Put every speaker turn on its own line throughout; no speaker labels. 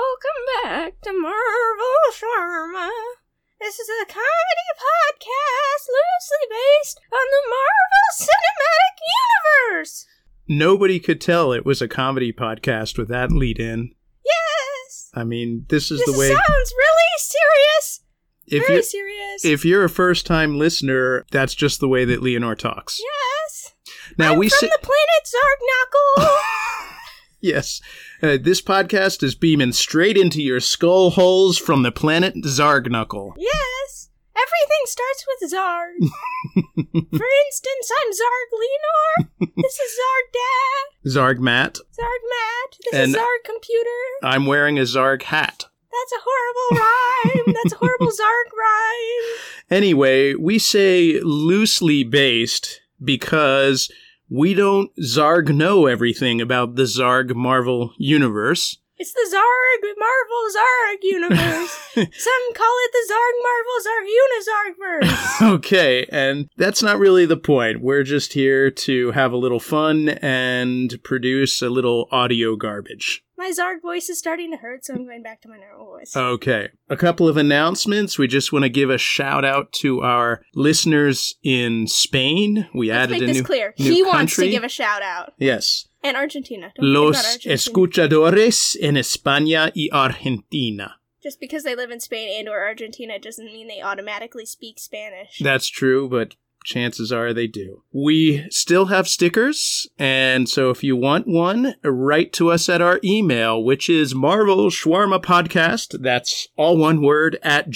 Welcome back to Marvel Sharma. This is a comedy podcast loosely based on the Marvel Cinematic Universe.
Nobody could tell it was a comedy podcast with that lead in.
Yes.
I mean, this is
This
the way.
sounds really serious.
if
very
you
serious.
if you're a first time listener, that's just the way that Leonor talks.
yes.
Now
I'm
we
from
sit.
the planet Zargnackle.
yes, uh, this podcast is beaming straight into your skull holes from the planet Zargnuckle.
yes. Everything starts with Zarg. For instance, I'm Zarg Lenor. This is Zarg Dad.
Zargmat.
Zarg Matt. This is
And-
Zarg Computer.
I'm wearing a Zarg hat.
That's a horrible rhyme. That's a horrible Zarg rhyme.
Anyway, we say loosely based because we don't Zarg know everything about the Zarg Marvel universe.
It's the Zarg Marvel Zarg universe. Some call it the Zarg Marvel Zarg Unizargverse.
Okay, and that's not really the point. We're just here to have a little fun and produce a little audio garbage.
My Zarg voice is starting to hurt, so I'm going back to my normal voice.
Okay, a couple of announcements. We just want to give a shout out to our listeners in Spain. We
Let's
added
make
a
this
new.
clear.
new
he wants to
country.
give a shout out.
Yes.
And Argentina. Don't forget about
Los
Argentina.
escuchadores en España y Argentina.
Just because they live in Spain and or Argentina doesn't mean they automatically speak Spanish.
That's true, but chances are they do. We still have stickers, and so if you want one, write to us at our email, which is Marvel Shawarma Podcast. That's all one word at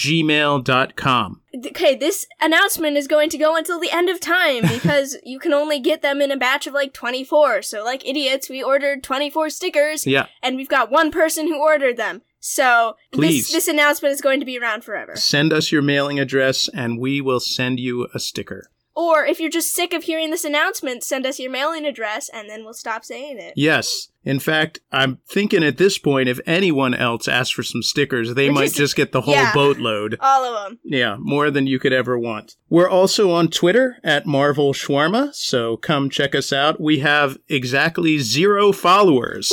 gmail.com.
okay, this announcement is going to go until the end of time because you can only get them in a batch of like 24. So, like idiots, we ordered 24 stickers
Yeah,
and we've got one person who ordered them. So,
Please.
this, this announcement is going to be around forever.
send us your mailing address, and we will send you a sticker.
Or if you're just sick of hearing this announcement, send us your mailing address and then we'll stop saying it.
Yes. In fact, I'm thinking at this point, if anyone else asks for some stickers, they
Which
might
is-
just get the whole
yeah.
boatload.
All of them.
Yeah, more than you could ever want. We're also on Twitter at Marvel Shawarma, so come check us out. We have exactly zero followers.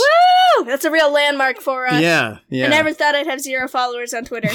Woo! That's a real landmark for us.
Yeah, yeah.
I never thought I'd have zero followers on Twitter.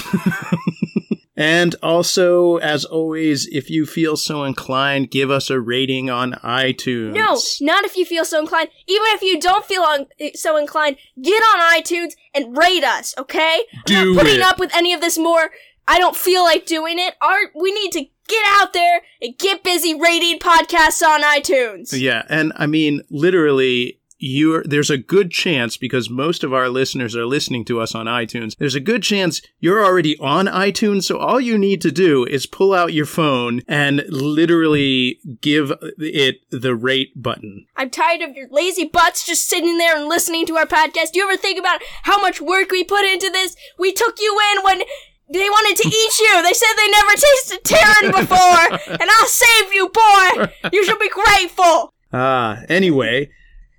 and also, as always, if you feel so inclined, give us a rating on iTunes.
No, not if you feel so inclined. Even if you don't feel on, so inclined, get on iTunes and rate us, okay? I'm
Do
not putting
it.
up with any of this more. I don't feel like doing it. Our, we need to get out there and get busy rating podcasts on iTunes.
Yeah, and I mean, literally. You're, there's a good chance because most of our listeners are listening to us on iTunes. There's a good chance you're already on iTunes, so all you need to do is pull out your phone and literally give it the rate button.
I'm tired of your lazy butts just sitting there and listening to our podcast. Do you ever think about how much work we put into this? We took you in when they wanted to eat you. They said they never tasted Terran before, and I'll save you, boy. You should be grateful.
Ah, anyway,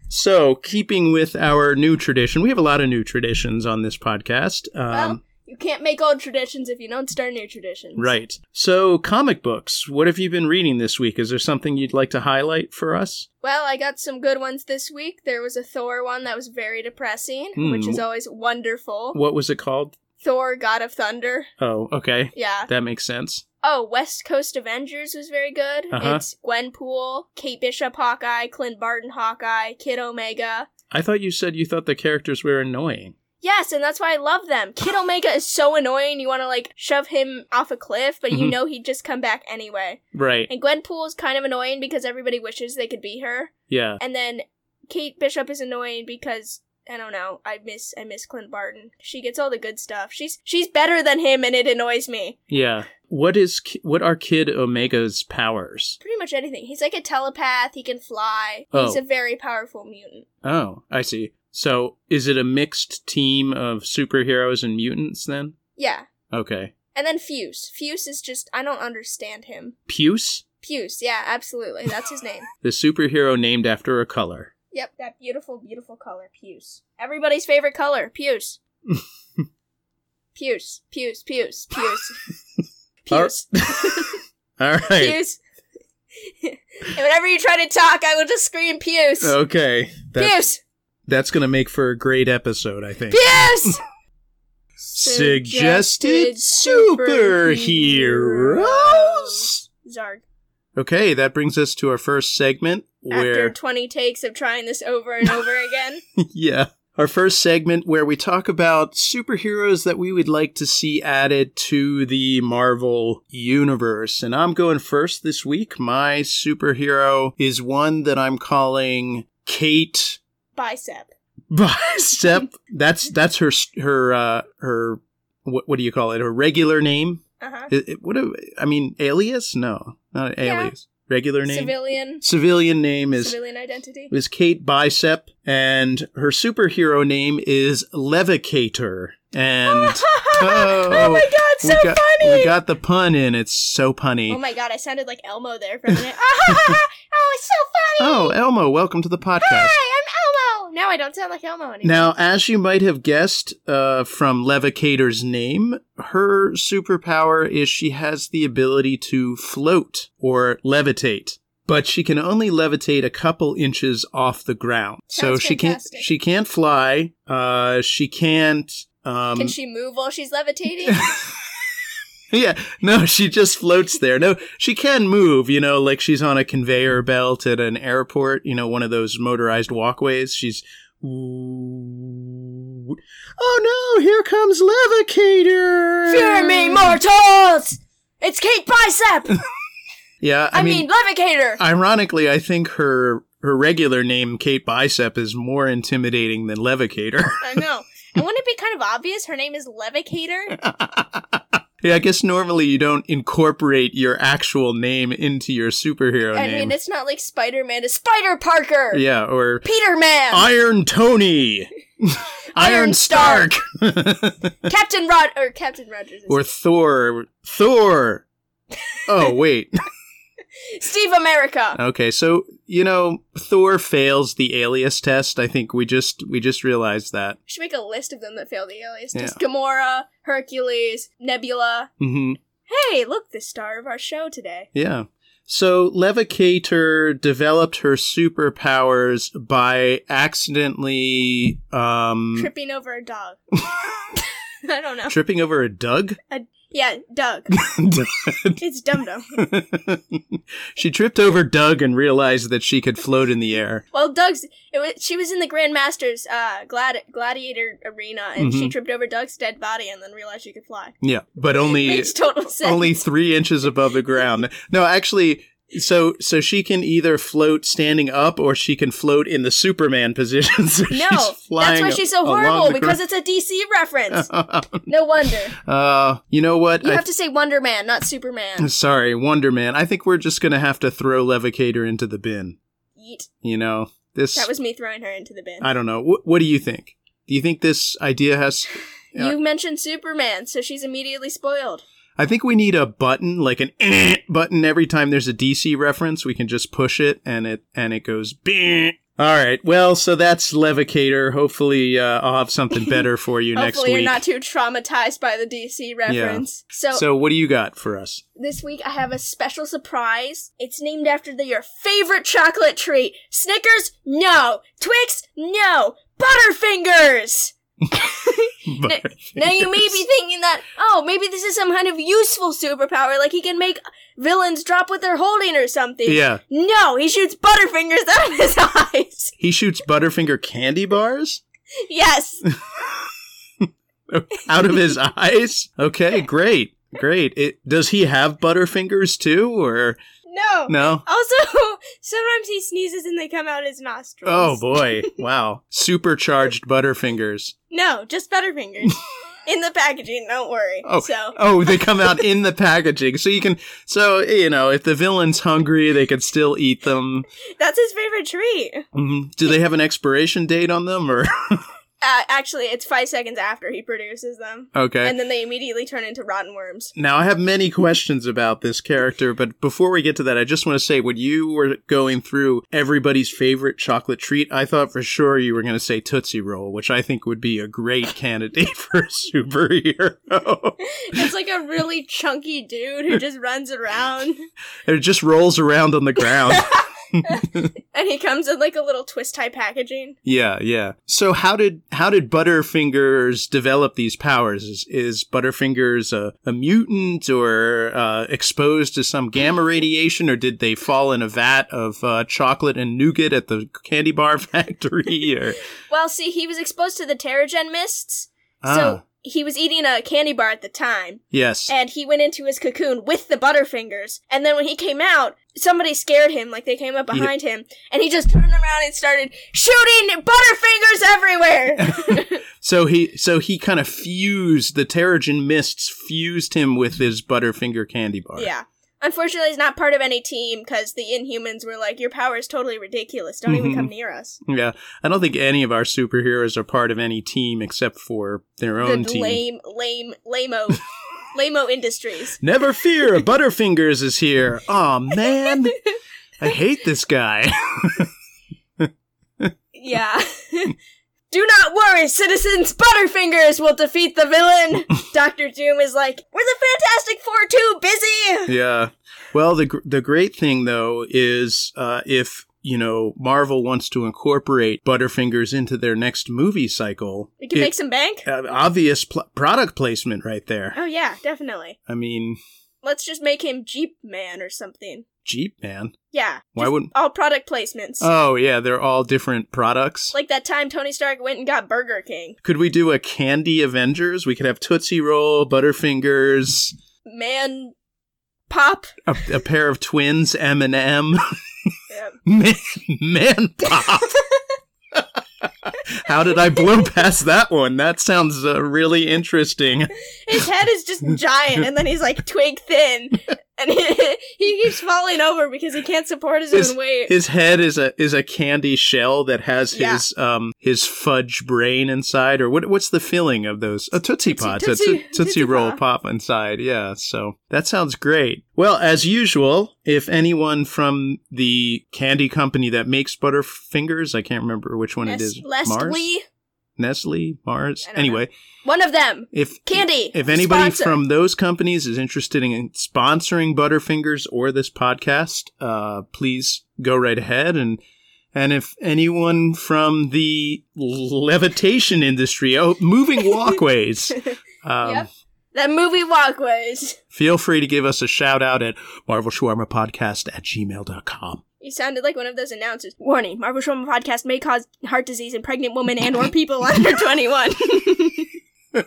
so keeping with our new tradition, we have a lot of new traditions on this podcast. Um,
Well, you can't make old traditions if you don't start new traditions.
right. So, comic books. What have you been reading this week? Is there something you'd like to highlight for us?
Well, I got some good ones this week. There was a Thor one that was very depressing,
Hmm.
which is always wonderful.
What was it called?
Thor, God of Thunder.
Oh, okay.
Yeah.
That makes sense.
Oh, West Coast Avengers was very good.
Uh-huh.
It's Gwenpool, Kate Bishop Hawkeye, Clint Barton Hawkeye, Kid Omega.
I thought you said you thought the characters were annoying.
Yes, and that's why I love them. Kid Omega is so annoying. You want to like shove him off a cliff, but you
Mhm.
know he'd just come back anyway.
Right.
And Gwenpool is kind of annoying because everybody wishes they could be her.
Yeah.
And then Kate Bishop is annoying because I don't know. I miss I miss Clint Barton. She gets all the good stuff. She's she's better than him, and it annoys me.
Yeah. What is ki- what are Kid Omega's powers?
pretty much anything. He's like a telepath. He can fly. He's
Oh.
a very powerful mutant.
Oh, I see. So, is it a mixed team of superheroes and mutants then?
Yeah.
Okay.
And then Fuse. Fuse is just I don't understand him.
Puce,
Fuse. Yeah, absolutely. That's his name.
the superhero named after a color.
Yep, that beautiful, beautiful color, Puce. Everybody's favorite color, Puce. Puce, Puce, Puce, Puce.
All
Puce.
All right.
Puce. and whenever you try to talk, I will just scream Puce.
Oh, Okay. That,
Puce.
that's going to make for a great episode, I think.
Puce.
suggested superheroes.
Zarg.
Okay, that brings us to our first segment
After
where
20 takes of trying this over and over again.
yeah, our first segment where we talk about superheroes that we would like to see added to the Marvel universe. And I'm going first this week. My superhero is one that I'm calling Kate
Bicep.
Bicep. That's that's her her uh her what, what do you call it? Her regular name?
Uh huh.
It, it- what do- I mean, alias? No, not
Yeah.
alias. Regular name.
Civilian.
Civilian name is
Civilian identity.
is Kate Bicep, and her superhero name is Levicator. And
oh, my god, so
we got,
funny!
We got the pun in. It's so punny.
oh my god, I sounded like Elmo there for a minute. oh, it's so funny!
oh, Elmo, welcome to the podcast.
Hi, I'm Elmo! Now I don't sound like Elmo anymore.
Now, as you might have guessed uh, from Levicator's name, her superpower is she has the ability to float or levitate, but she can only levitate a couple inches off the ground.
Sounds
so she can't
fantastic.
she can't fly. Uh, she can't. Um,
Can she move while she's levitating?
yeah, no, she just floats there. No, she can move, you know, like she's on a conveyor belt at an airport, you know, one of those motorized walkways. She's. Oh no, here comes Levicator!
Fear me, mortals! It's Kate Bicep!
Yeah, I,
I mean, Levicator!
ironically, I think her. Her regular name, Kate Bicep, is more intimidating than Levicator.
I know. And wouldn't it be kind of obvious her name is Levicator?
yeah, I guess normally you don't incorporate your actual name into your superhero
I
name.
mean, it's not like Spider Man, it's Spider Parker!
yeah, or
Peter Man!
Iron Tony, Iron
Iron
Stark,
Stark. Captain Rod or Captain Rogers.
or Thor. Thor. Oh wait.
Steve America.
Okay, so you know Thor fails the alias test. I think we just we just realized that.
We should make a list of them that failed the alias.
Yeah.
Just Gamora, Hercules, Nebula.
hmm
Hey, look, the star of our show today.
Yeah. So Levicator developed her superpowers by accidentally um,
Tripping over a dog. I don't know.
tripping over a Doug.
Yeah, Doug. it's Dum Dum.
she tripped over Doug and realized that she could float in the air.
Well, Doug's. It was, she was in the Grand Masters uh, glad, gladiator arena, and
Mm-hmm.
she tripped over Doug's dead body, and then realized she could fly.
Yeah, but only
Makes total sense.
only three inches above the ground. No, actually, so so she can either float standing up or she can float in the Superman position. So
no,
she's
that's
flying
why she's so
along
horrible
the
because it's a DC reference. no wonder.
Uh, you know what?
You
I,
have to say Wonder Man, not Superman.
sorry, Wonder Man. I think we're just gonna have to throw Levicator into the bin.
Yeet.
You know this.
That was me throwing her into the bin.
I don't know. What, what do you think? Do you think this idea has? yeah.
You mentioned Superman, so she's immediately spoiled.
I think we need a button, like an eh button every time there's a DC reference. We can just push it and it and it goes bing. All right. Well, so that's Levicator. Hopefully, uh, I'll have something better for you next
Hopefully,
week.
you're not too traumatized by the DC reference. So,
so, what do you got for us?
this week I have a special surprise. It's named after the, your favorite chocolate treat. Snickers? No. Twix? No. Butterfingers! Now you may be thinking that, oh, maybe this is some kind of useful superpower, like he can make villains drop what they're holding or something.
yeah.
No, he shoots Butterfingers out of his eyes.
He shoots Butterfinger candy bars
Yes.
out of his eyes. Okay, great, great. It, does he have Butterfingers too, or
No.
no?
Also, sometimes he sneezes and they come out his nostrils.
Oh boy! Wow, supercharged Butterfingers.
No, just Butterfingers. In the packaging, don't worry.
Oh.
So,
Oh, they come out in the packaging. So you can, so, you know, if the villain's hungry, they could still eat them.
that's his favorite treat.
Mhm. Do they have an expiration date on them or?
Uh, actually, it's five seconds after he produces them.
Okay.
And then they immediately turn into rotten worms.
Now, I have many questions about this character, but before we get to that, I just want to say when you were going through everybody's favorite chocolate treat, I thought for sure you were going to say Tootsie Roll, which I think would be a great candidate for a superhero.
It's like a really chunky dude who just runs around.
it just rolls around on the ground.
and he comes in like a little twist tie packaging.
Yeah, yeah. So how did how did Butterfingers develop these powers? Is, is Butterfingers a, a mutant or uh, exposed to some gamma radiation, or did they fall in a vat of uh, chocolate and nougat at the candy bar factory? Or
Well, see, he was exposed to the Terrigen mists,
ah,
so he was eating a candy bar at the time,
yes,
and he went into his cocoon with the Butterfingers. And then when he came out, somebody scared him, like they came up
Yeah.
behind him, and he just turned around and started shooting Butterfingers everywhere.
so he so he kind of fused the Terrigen mists fused him with his Butterfinger candy bar.
Yeah. Unfortunately, he's not part of any team because the Inhumans were like, "Your power is totally ridiculous. Don't even
Mhm.
come near us."
yeah. I don't think any of our superheroes are part of any team except for their
The
own team.
lame, lame, lameo, lameo Industries.
Never fear, Butterfingers is here. Aw, man. I hate this guy.
Yeah. Do not worry, citizens. Butterfingers will defeat the villain. Doctor Doom is like, "We're the Fantastic Four too busy."
yeah. Well, the, gr- the great thing, though, is uh, if, you know, Marvel wants to incorporate Butterfingers into their next movie cycle,
We can
it-
make some bank.
uh, obvious pl- product placement right there.
Oh yeah, definitely.
I mean,
Let's just make him Jeep Man or something.
Jeep, man.
Yeah.
Why
just
wouldn't-
all product placements?
Oh, yeah, they're all different products.
like that time Tony Stark went and got Burger King.
Could we do a candy Avengers? We could have Tootsie Roll, Butterfingers,
man pop.
a, a pair of twins, M&M.
Yeah.
Man, man pop. How did I blow past that one? That sounds uh, really interesting.
His head is just giant, and then he's like twig thin, and he, he keeps falling over because he can't support his
His-
own weight.
His head is a is a candy shell that has
Yeah.
his um his fudge brain inside, or what? What's the filling of those? A tootsie,
Tootsie-
pot, a
Tootsie-
tootsie,
Tootsie
roll
Pop.
pop inside. Yeah, so that sounds great. Well, as usual, if anyone from the candy company that makes Butterfingers, I can't remember which one it is,
Nest-
Mars,
Nestle,
Nestle, Mars.
I don't know.
Anyway,
one of them,
if
candy.
If anybody
sponsor.
from those companies is interested in sponsoring Butterfingers or this podcast, uh, please go right ahead. And and if anyone from the levitation industry, oh, moving walkways, um,
Yep. that movie Walkways,
feel free to give us a shout out at marvelshawarmapodcast at gmail.com.
you sounded like one of those announcers. Warning: Marvel Showman podcast may cause heart disease in pregnant women and or people under twenty-one.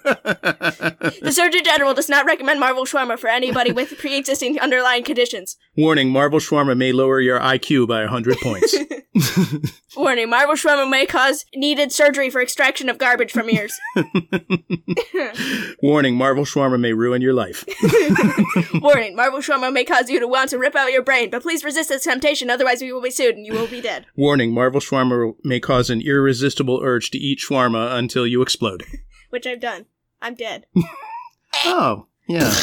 The Surgeon General does not recommend Marvel Shawarma for anybody with pre-existing underlying conditions.
Warning, Marvel Shawarma may lower your IQ by 100 points.
Warning, Marvel Shawarma may cause needed surgery for extraction of garbage from ears.
Warning, Marvel Shawarma may ruin your life.
Warning, Marvel Shawarma may cause you to want to rip out your brain, but please resist this temptation, otherwise we will be sued and you will be dead.
Warning, Marvel shawarma may cause an irresistible urge to eat shawarma until you explode.
Which I've done. I'm dead.
Oh, yeah.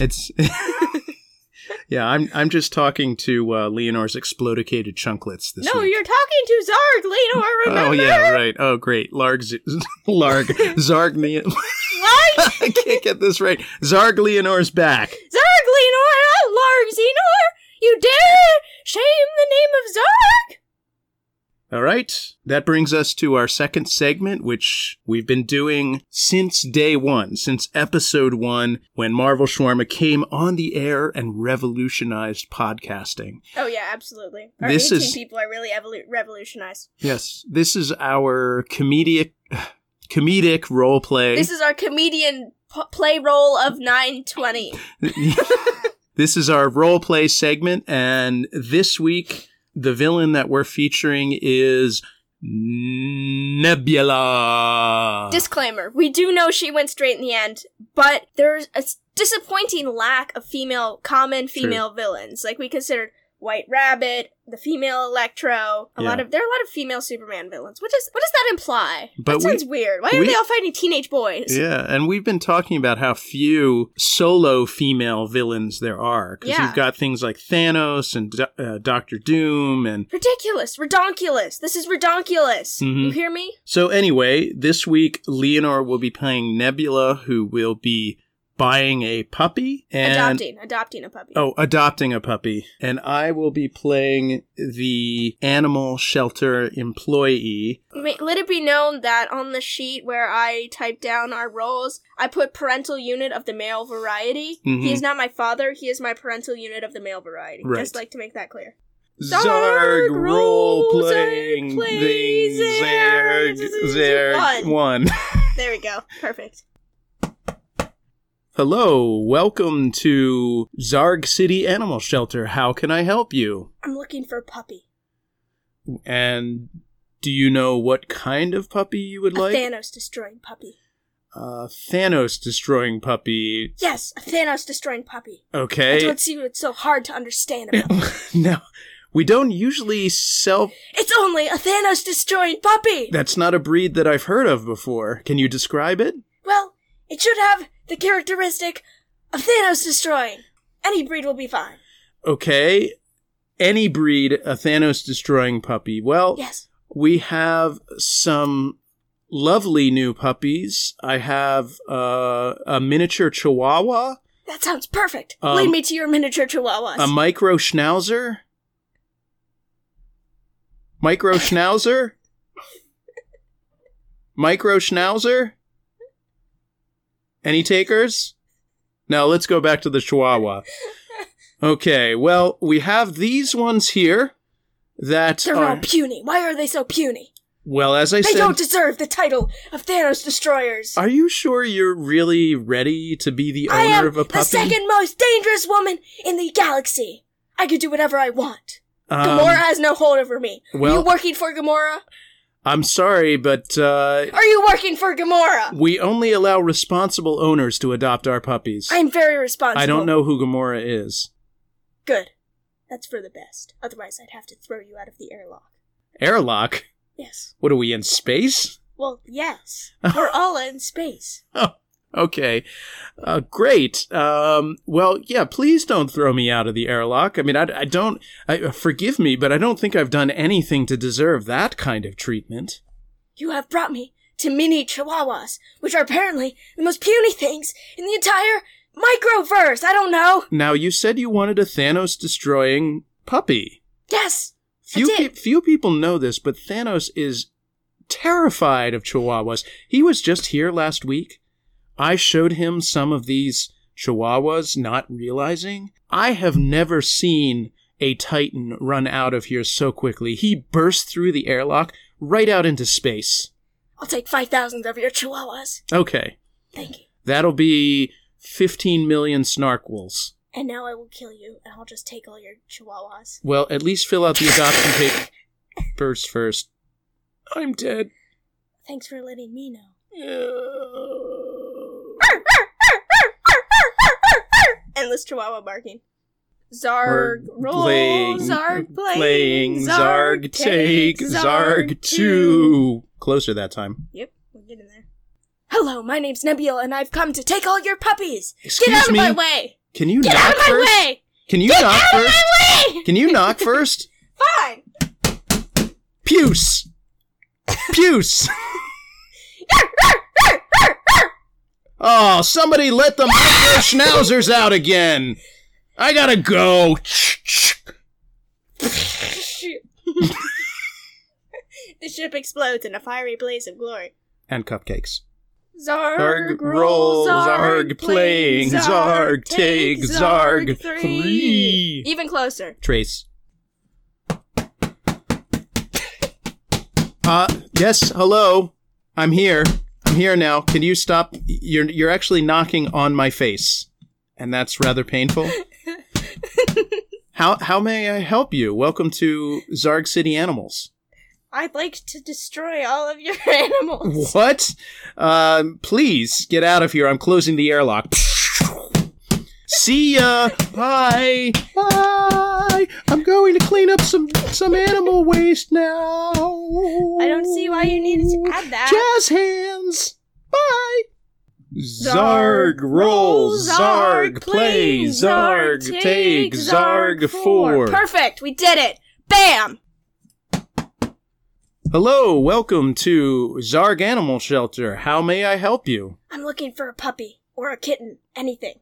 It's Yeah, I'm I'm just talking to uh, Leonor's explodicated chunklets this
no,
week.
you're talking to Zarg, Leno, I remember.
Oh yeah, right. Oh great. Larg Z- Larg Zarg Leon
What?
I can't get this right. Zarg Leonor's back.
Zarg, Leno, not Larg, Xenor! You dare shame the name of Zarg?
All right. That brings us to our second segment, which we've been doing since day one, since episode one, when Marvel Shawarma came on the air and revolutionized podcasting.
Oh yeah, absolutely. Our
This
18
is-
people are really evolu- revolutionized.
Yes. This is our comedic, comedic role play.
This is our comedian p- play role of 920.
this is our role play segment, and this week the villain that we're featuring is Nebula.
Disclaimer: We do know she went straight in the end, but there's a s- disappointing lack of female, common female villains. Like we considered White Rabbit, the female Electro. A lot
Yeah.
of there are a lot of female Superman villains. What does what does that imply?
But
that
Uh, we-
sounds weird. Why are
we-
they all fighting teenage boys?
Yeah, and we've been talking about how few solo female villains there are because
Yeah.
you've got things like Thanos and Do- uh, Doctor Doom, and
Ridiculous, redonkulous. This is redonkulous.
Mhm.
You hear me?
so anyway, this week Leonor will be playing Nebula, who will be buying a puppy and
adopting, adopting a puppy.
Oh, adopting a puppy. And I will be playing the animal shelter employee.
Ma- Let it be known that on the sheet where I typed down our roles, I put parental unit of the male variety.
Mhm.
He is not my father, he is my parental unit of the male variety.
Right.
Just like to make that clear.
Zarg
Zarg
role
rules
playing
and plays
thing Zarg
Zarg
Zarg
one.
one.
There we go. Perfect.
Hello, welcome to Zarg City Animal Shelter. How can I help you?
I'm looking for a puppy.
And do you know what kind of puppy you would
A
like?
Thanos destroying puppy.
uh, Thanos destroying puppy.
Yes, a Thanos destroying puppy. I
Okay.
don't see what's so hard to understand about.
no, we don't usually sell
It's only a Thanos destroying puppy!
That's not a breed that I've heard of before. Can you describe it?
Well, it should have the characteristic of Thanos destroying. Any breed will be fine.
Okay. Any breed, a Thanos destroying puppy. Well,
Yes.
we have some lovely new puppies. I have uh, a miniature chihuahua,
That sounds perfect.
Um,
Lead me to your miniature chihuahuas.
a micro schnauzer. Micro schnauzer? micro schnauzer? Any takers? Now let's go back to the chihuahua. Okay, well, we have these ones here that
They're all
are
puny. Why are they so puny?
well, as I
They
said,
don't deserve the title of Thanos destroyers.
are you sure you're really ready to be the
I
owner
am
of a puppy?
the second most dangerous woman in the galaxy. I can do whatever I want.
Um,
Gamora has no hold over me. are
well-
you working for Gamora?
I'm sorry, but uh,
Are you working for Gamora?
We only allow responsible owners to adopt our puppies.
I'm very responsible.
I don't know who Gamora is.
Good. That's for the best. Otherwise, I'd have to throw you out of the airlock.
Airlock?
Yes.
What are we in space?
Well, yes. We're all in space.
Okay. Uh, great. Um, well, yeah, please don't throw me out of the airlock. I mean, I, I don't. I, uh, forgive me, but I don't think I've done anything to deserve that kind of treatment.
You have brought me to mini chihuahuas, which are apparently the most puny things in the entire microverse. I don't know.
Now, you said you wanted a Thanos destroying puppy.
Yes.
Few,
I did.
pe- few people know this, but Thanos is terrified of chihuahuas. He was just here last week. I showed him some of these chihuahuas, not realizing. I have never seen a Titan run out of here so quickly. He burst through the airlock right out into space.
I'll take 5,000 of your chihuahuas.
Okay,
Thank you.
that'll be 15 million snarkwals.
And now I will kill you, and I'll just take all your chihuahuas.
Well, at least fill out the adoption papers first. I'm dead.
Thanks for letting me know. Endless chihuahua barking. Zarg
We're
roll,
playing-
Zarg playing,
playing Zarg take Zarg two. Closer that time.
Yep, we're getting there. Hello, my name's Nebula, and I've come to take all your puppies.
Excuse
Get out
me?
of my way!
Can you
Get
knock
out of my
first?
way!
Can you
Get
knock
out of
first?
my way!
Can you knock first?
Fine.
Puce. Puce. Oh, somebody let the micro schnauzers out again. I gotta go.
the ship explodes in a fiery blaze of glory.
And cupcakes.
Zarg,
Zarg roll, Zarg playing, Zarg take, Zarg three.
Even closer.
Trace. Uh, yes, hello. I'm here. I'm here now. Can you stop? You're you're actually knocking on my face, and that's rather painful. how how may I help you? Welcome to Zarg City Animals.
I'd like to destroy all of your animals.
What? Um, please get out of here. I'm closing the airlock. See ya. Bye. Bye. I'm going to clean up some some animal waste now.
I don't see why you needed to add that.
Jazz hands. Bye.
Zarg, roll, Zarg, play, Zarg, take, Zarg, four. Perfect, we did it. Bam!
Hello, welcome to Zarg Animal Shelter. How may I help you?
I'm looking for a puppy. or a kitten. Anything.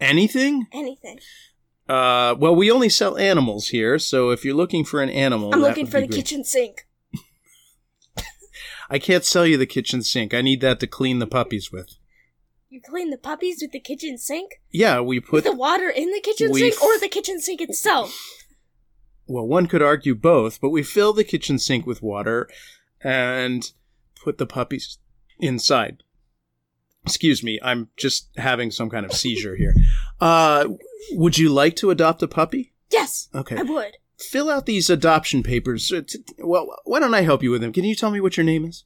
Anything?
Anything.
Uh, well, we only sell animals here, so if you're looking for an animal,
I'm
Oh, that
looking
would
for
be
the
great.
kitchen sink.
I can't sell you the kitchen sink. I need that to clean the puppies with.
You clean the puppies with the kitchen sink?
Yeah, we put.
the water in the kitchen
We
sink or
f-
the kitchen sink itself?
Well, one could argue both, but we fill the kitchen sink with water and put the puppies inside. Excuse me, I'm just having some kind of seizure here. Uh, would you like to adopt a puppy?
Yes,
Okay.
I would.
Fill out these adoption papers. Uh, t- Well, why don't I help you with them? Can you tell me what your name is?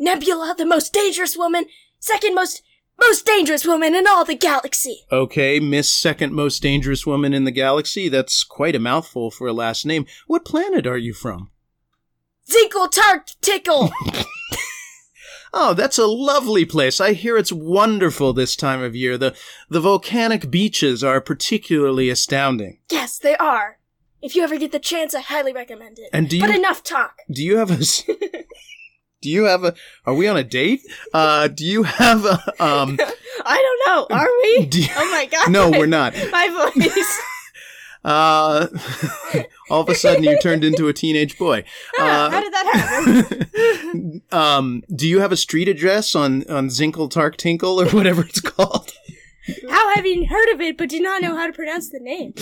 Nebula, the most dangerous woman, second most most dangerous woman in all the galaxy.
Okay, Miss Second Most Dangerous Woman in the Galaxy. That's quite a mouthful for a last name. What planet are you from?
Zinkle tart tickle.
Oh, that's a lovely place. I hear it's wonderful this time of year. The the volcanic beaches are particularly astounding.
yes, they are. If you ever get the chance, I highly recommend it.
And do
but
you-
enough talk.
Do you have a s- Do you have a Are we on a date? Uh do you have a um
I don't know. Are we?
do you-
oh my god.
No, we're not.
My voice.
Uh all of a sudden you turned into a teenage boy.
Ah, How
Uh,
did that happen?
um do you have a street address on on Zinkle Tark Tinkle or whatever it's called?
How have you heard of it but do not know how to pronounce the name?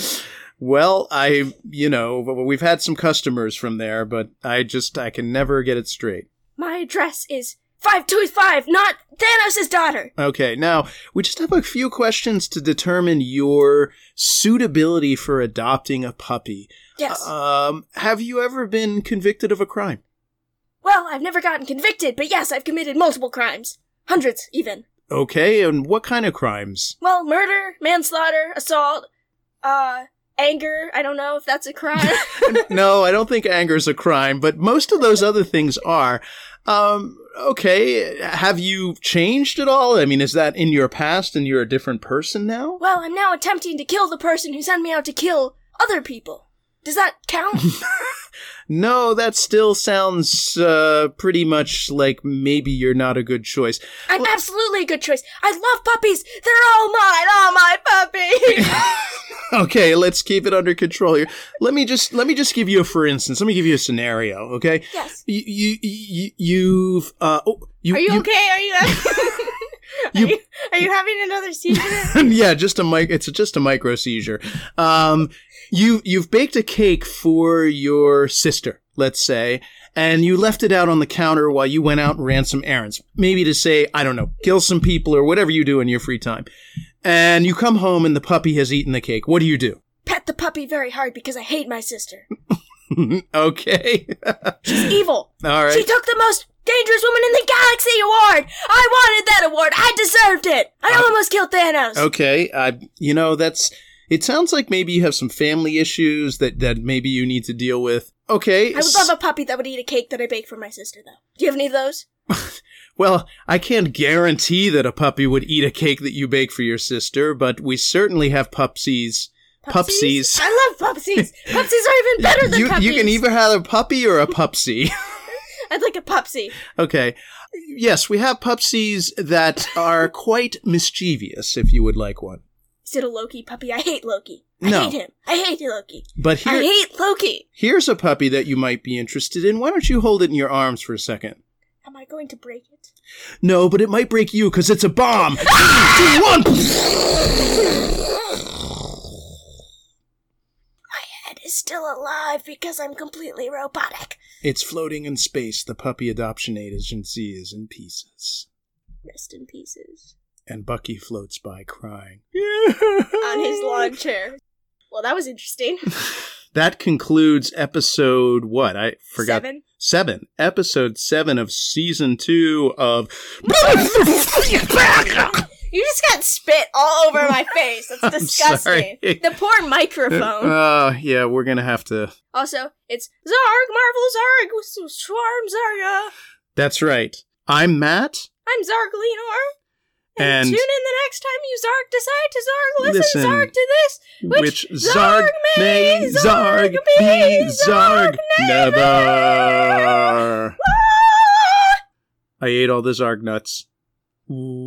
Well, I, you know, w- we've had some customers from there, but I just, I can never get it straight.
My address is 525, not Thanos' daughter.
Okay, now we just have a few questions to determine your suitability for adopting a puppy.
Yes.
Um, have you ever been convicted of a crime?
well, I've never gotten convicted, but yes, I've committed multiple crimes. Hundreds, even.
Okay, and what kind of crimes?
Well, murder, manslaughter, assault, uh, anger. I don't know if that's a crime.
no, I don't think anger is a crime, but most of those other things are. Um, okay, have you changed at all? I mean, is that in your past and you're a different person now?
well, I'm now attempting to kill the person who sent me out to kill other people. Does that count?
No, that still sounds uh, pretty much like maybe you're not a good choice.
I'm absolutely a good choice. I love puppies. They're all mine. All my puppies.
Okay, let's keep it under control here. Let me just let me just give you a for instance. Let me give you a scenario. Okay,
yes.
you you, you you've uh oh, you,
Are you, okay? Are you,
You-
are you are you having another seizure?
yeah, just a mic. It's just a micro seizure. Um, you you've baked a cake for your sister, let's say, and you left it out on the counter while you went out and ran some errands, maybe to say I don't know, kill some people or whatever you do in your free time. And you come home and the puppy has eaten the cake. What do you do?
Pet the puppy very hard because I hate my sister.
okay,
She's evil.
all
She
right.
took the most dangerous woman in the galaxy award. I wanted that award. I deserved it. I
Uh,
almost killed Thanos.
Okay, I you know that's it sounds like maybe you have some family issues that that maybe you need to deal with. Okay.
I would love a puppy that would eat a cake that I baked for my sister, though. Do you have any of those?
Well, I can't guarantee that a puppy would eat a cake that you bake for your sister, but we certainly have pupsies. Pupsies.
I love pupsies. pupsies are even better than
you,
puppies.
you can either have a puppy or a pupsy.
I'd like a pupsy.
okay. Yes, we have pupsies that are quite mischievous, if you would like one.
Is it a Loki puppy? I hate Loki. I
No.
hate him. I hate Loki.
But
I
here,
hate Loki.
here's a puppy that you might be interested in. Why don't you hold it in your arms for a second?
Am I going to break it?
No, but it might break you because it's a bomb. Three, two,
Ah!
one.
Ed is still alive because I'm completely robotic.
It's floating in space. The puppy adoption agency is in pieces.
Rest in pieces.
and Bucky floats by crying.
On his lawn chair. Well, that was interesting.
That concludes episode what? I forgot.
Seven.
Seven. Episode seven of season two of.
You just got spit all over my face. That's
I'm
disgusting.
sorry.
The poor microphone.
Uh, yeah, we're gonna have to.
Also, it's Zarg, Marvel Zarg, Swarm Zarga.
That's right. I'm Matt.
I'm Zarg Lenor. And,
And-
tune in the next time you Zarg decide to Zarg listen,
Listen.
Zarg to this.
Which, Zarg may Zarg
Zarg
be
Zarg
Zarg never. I ate all the Zarg nuts. Ooh.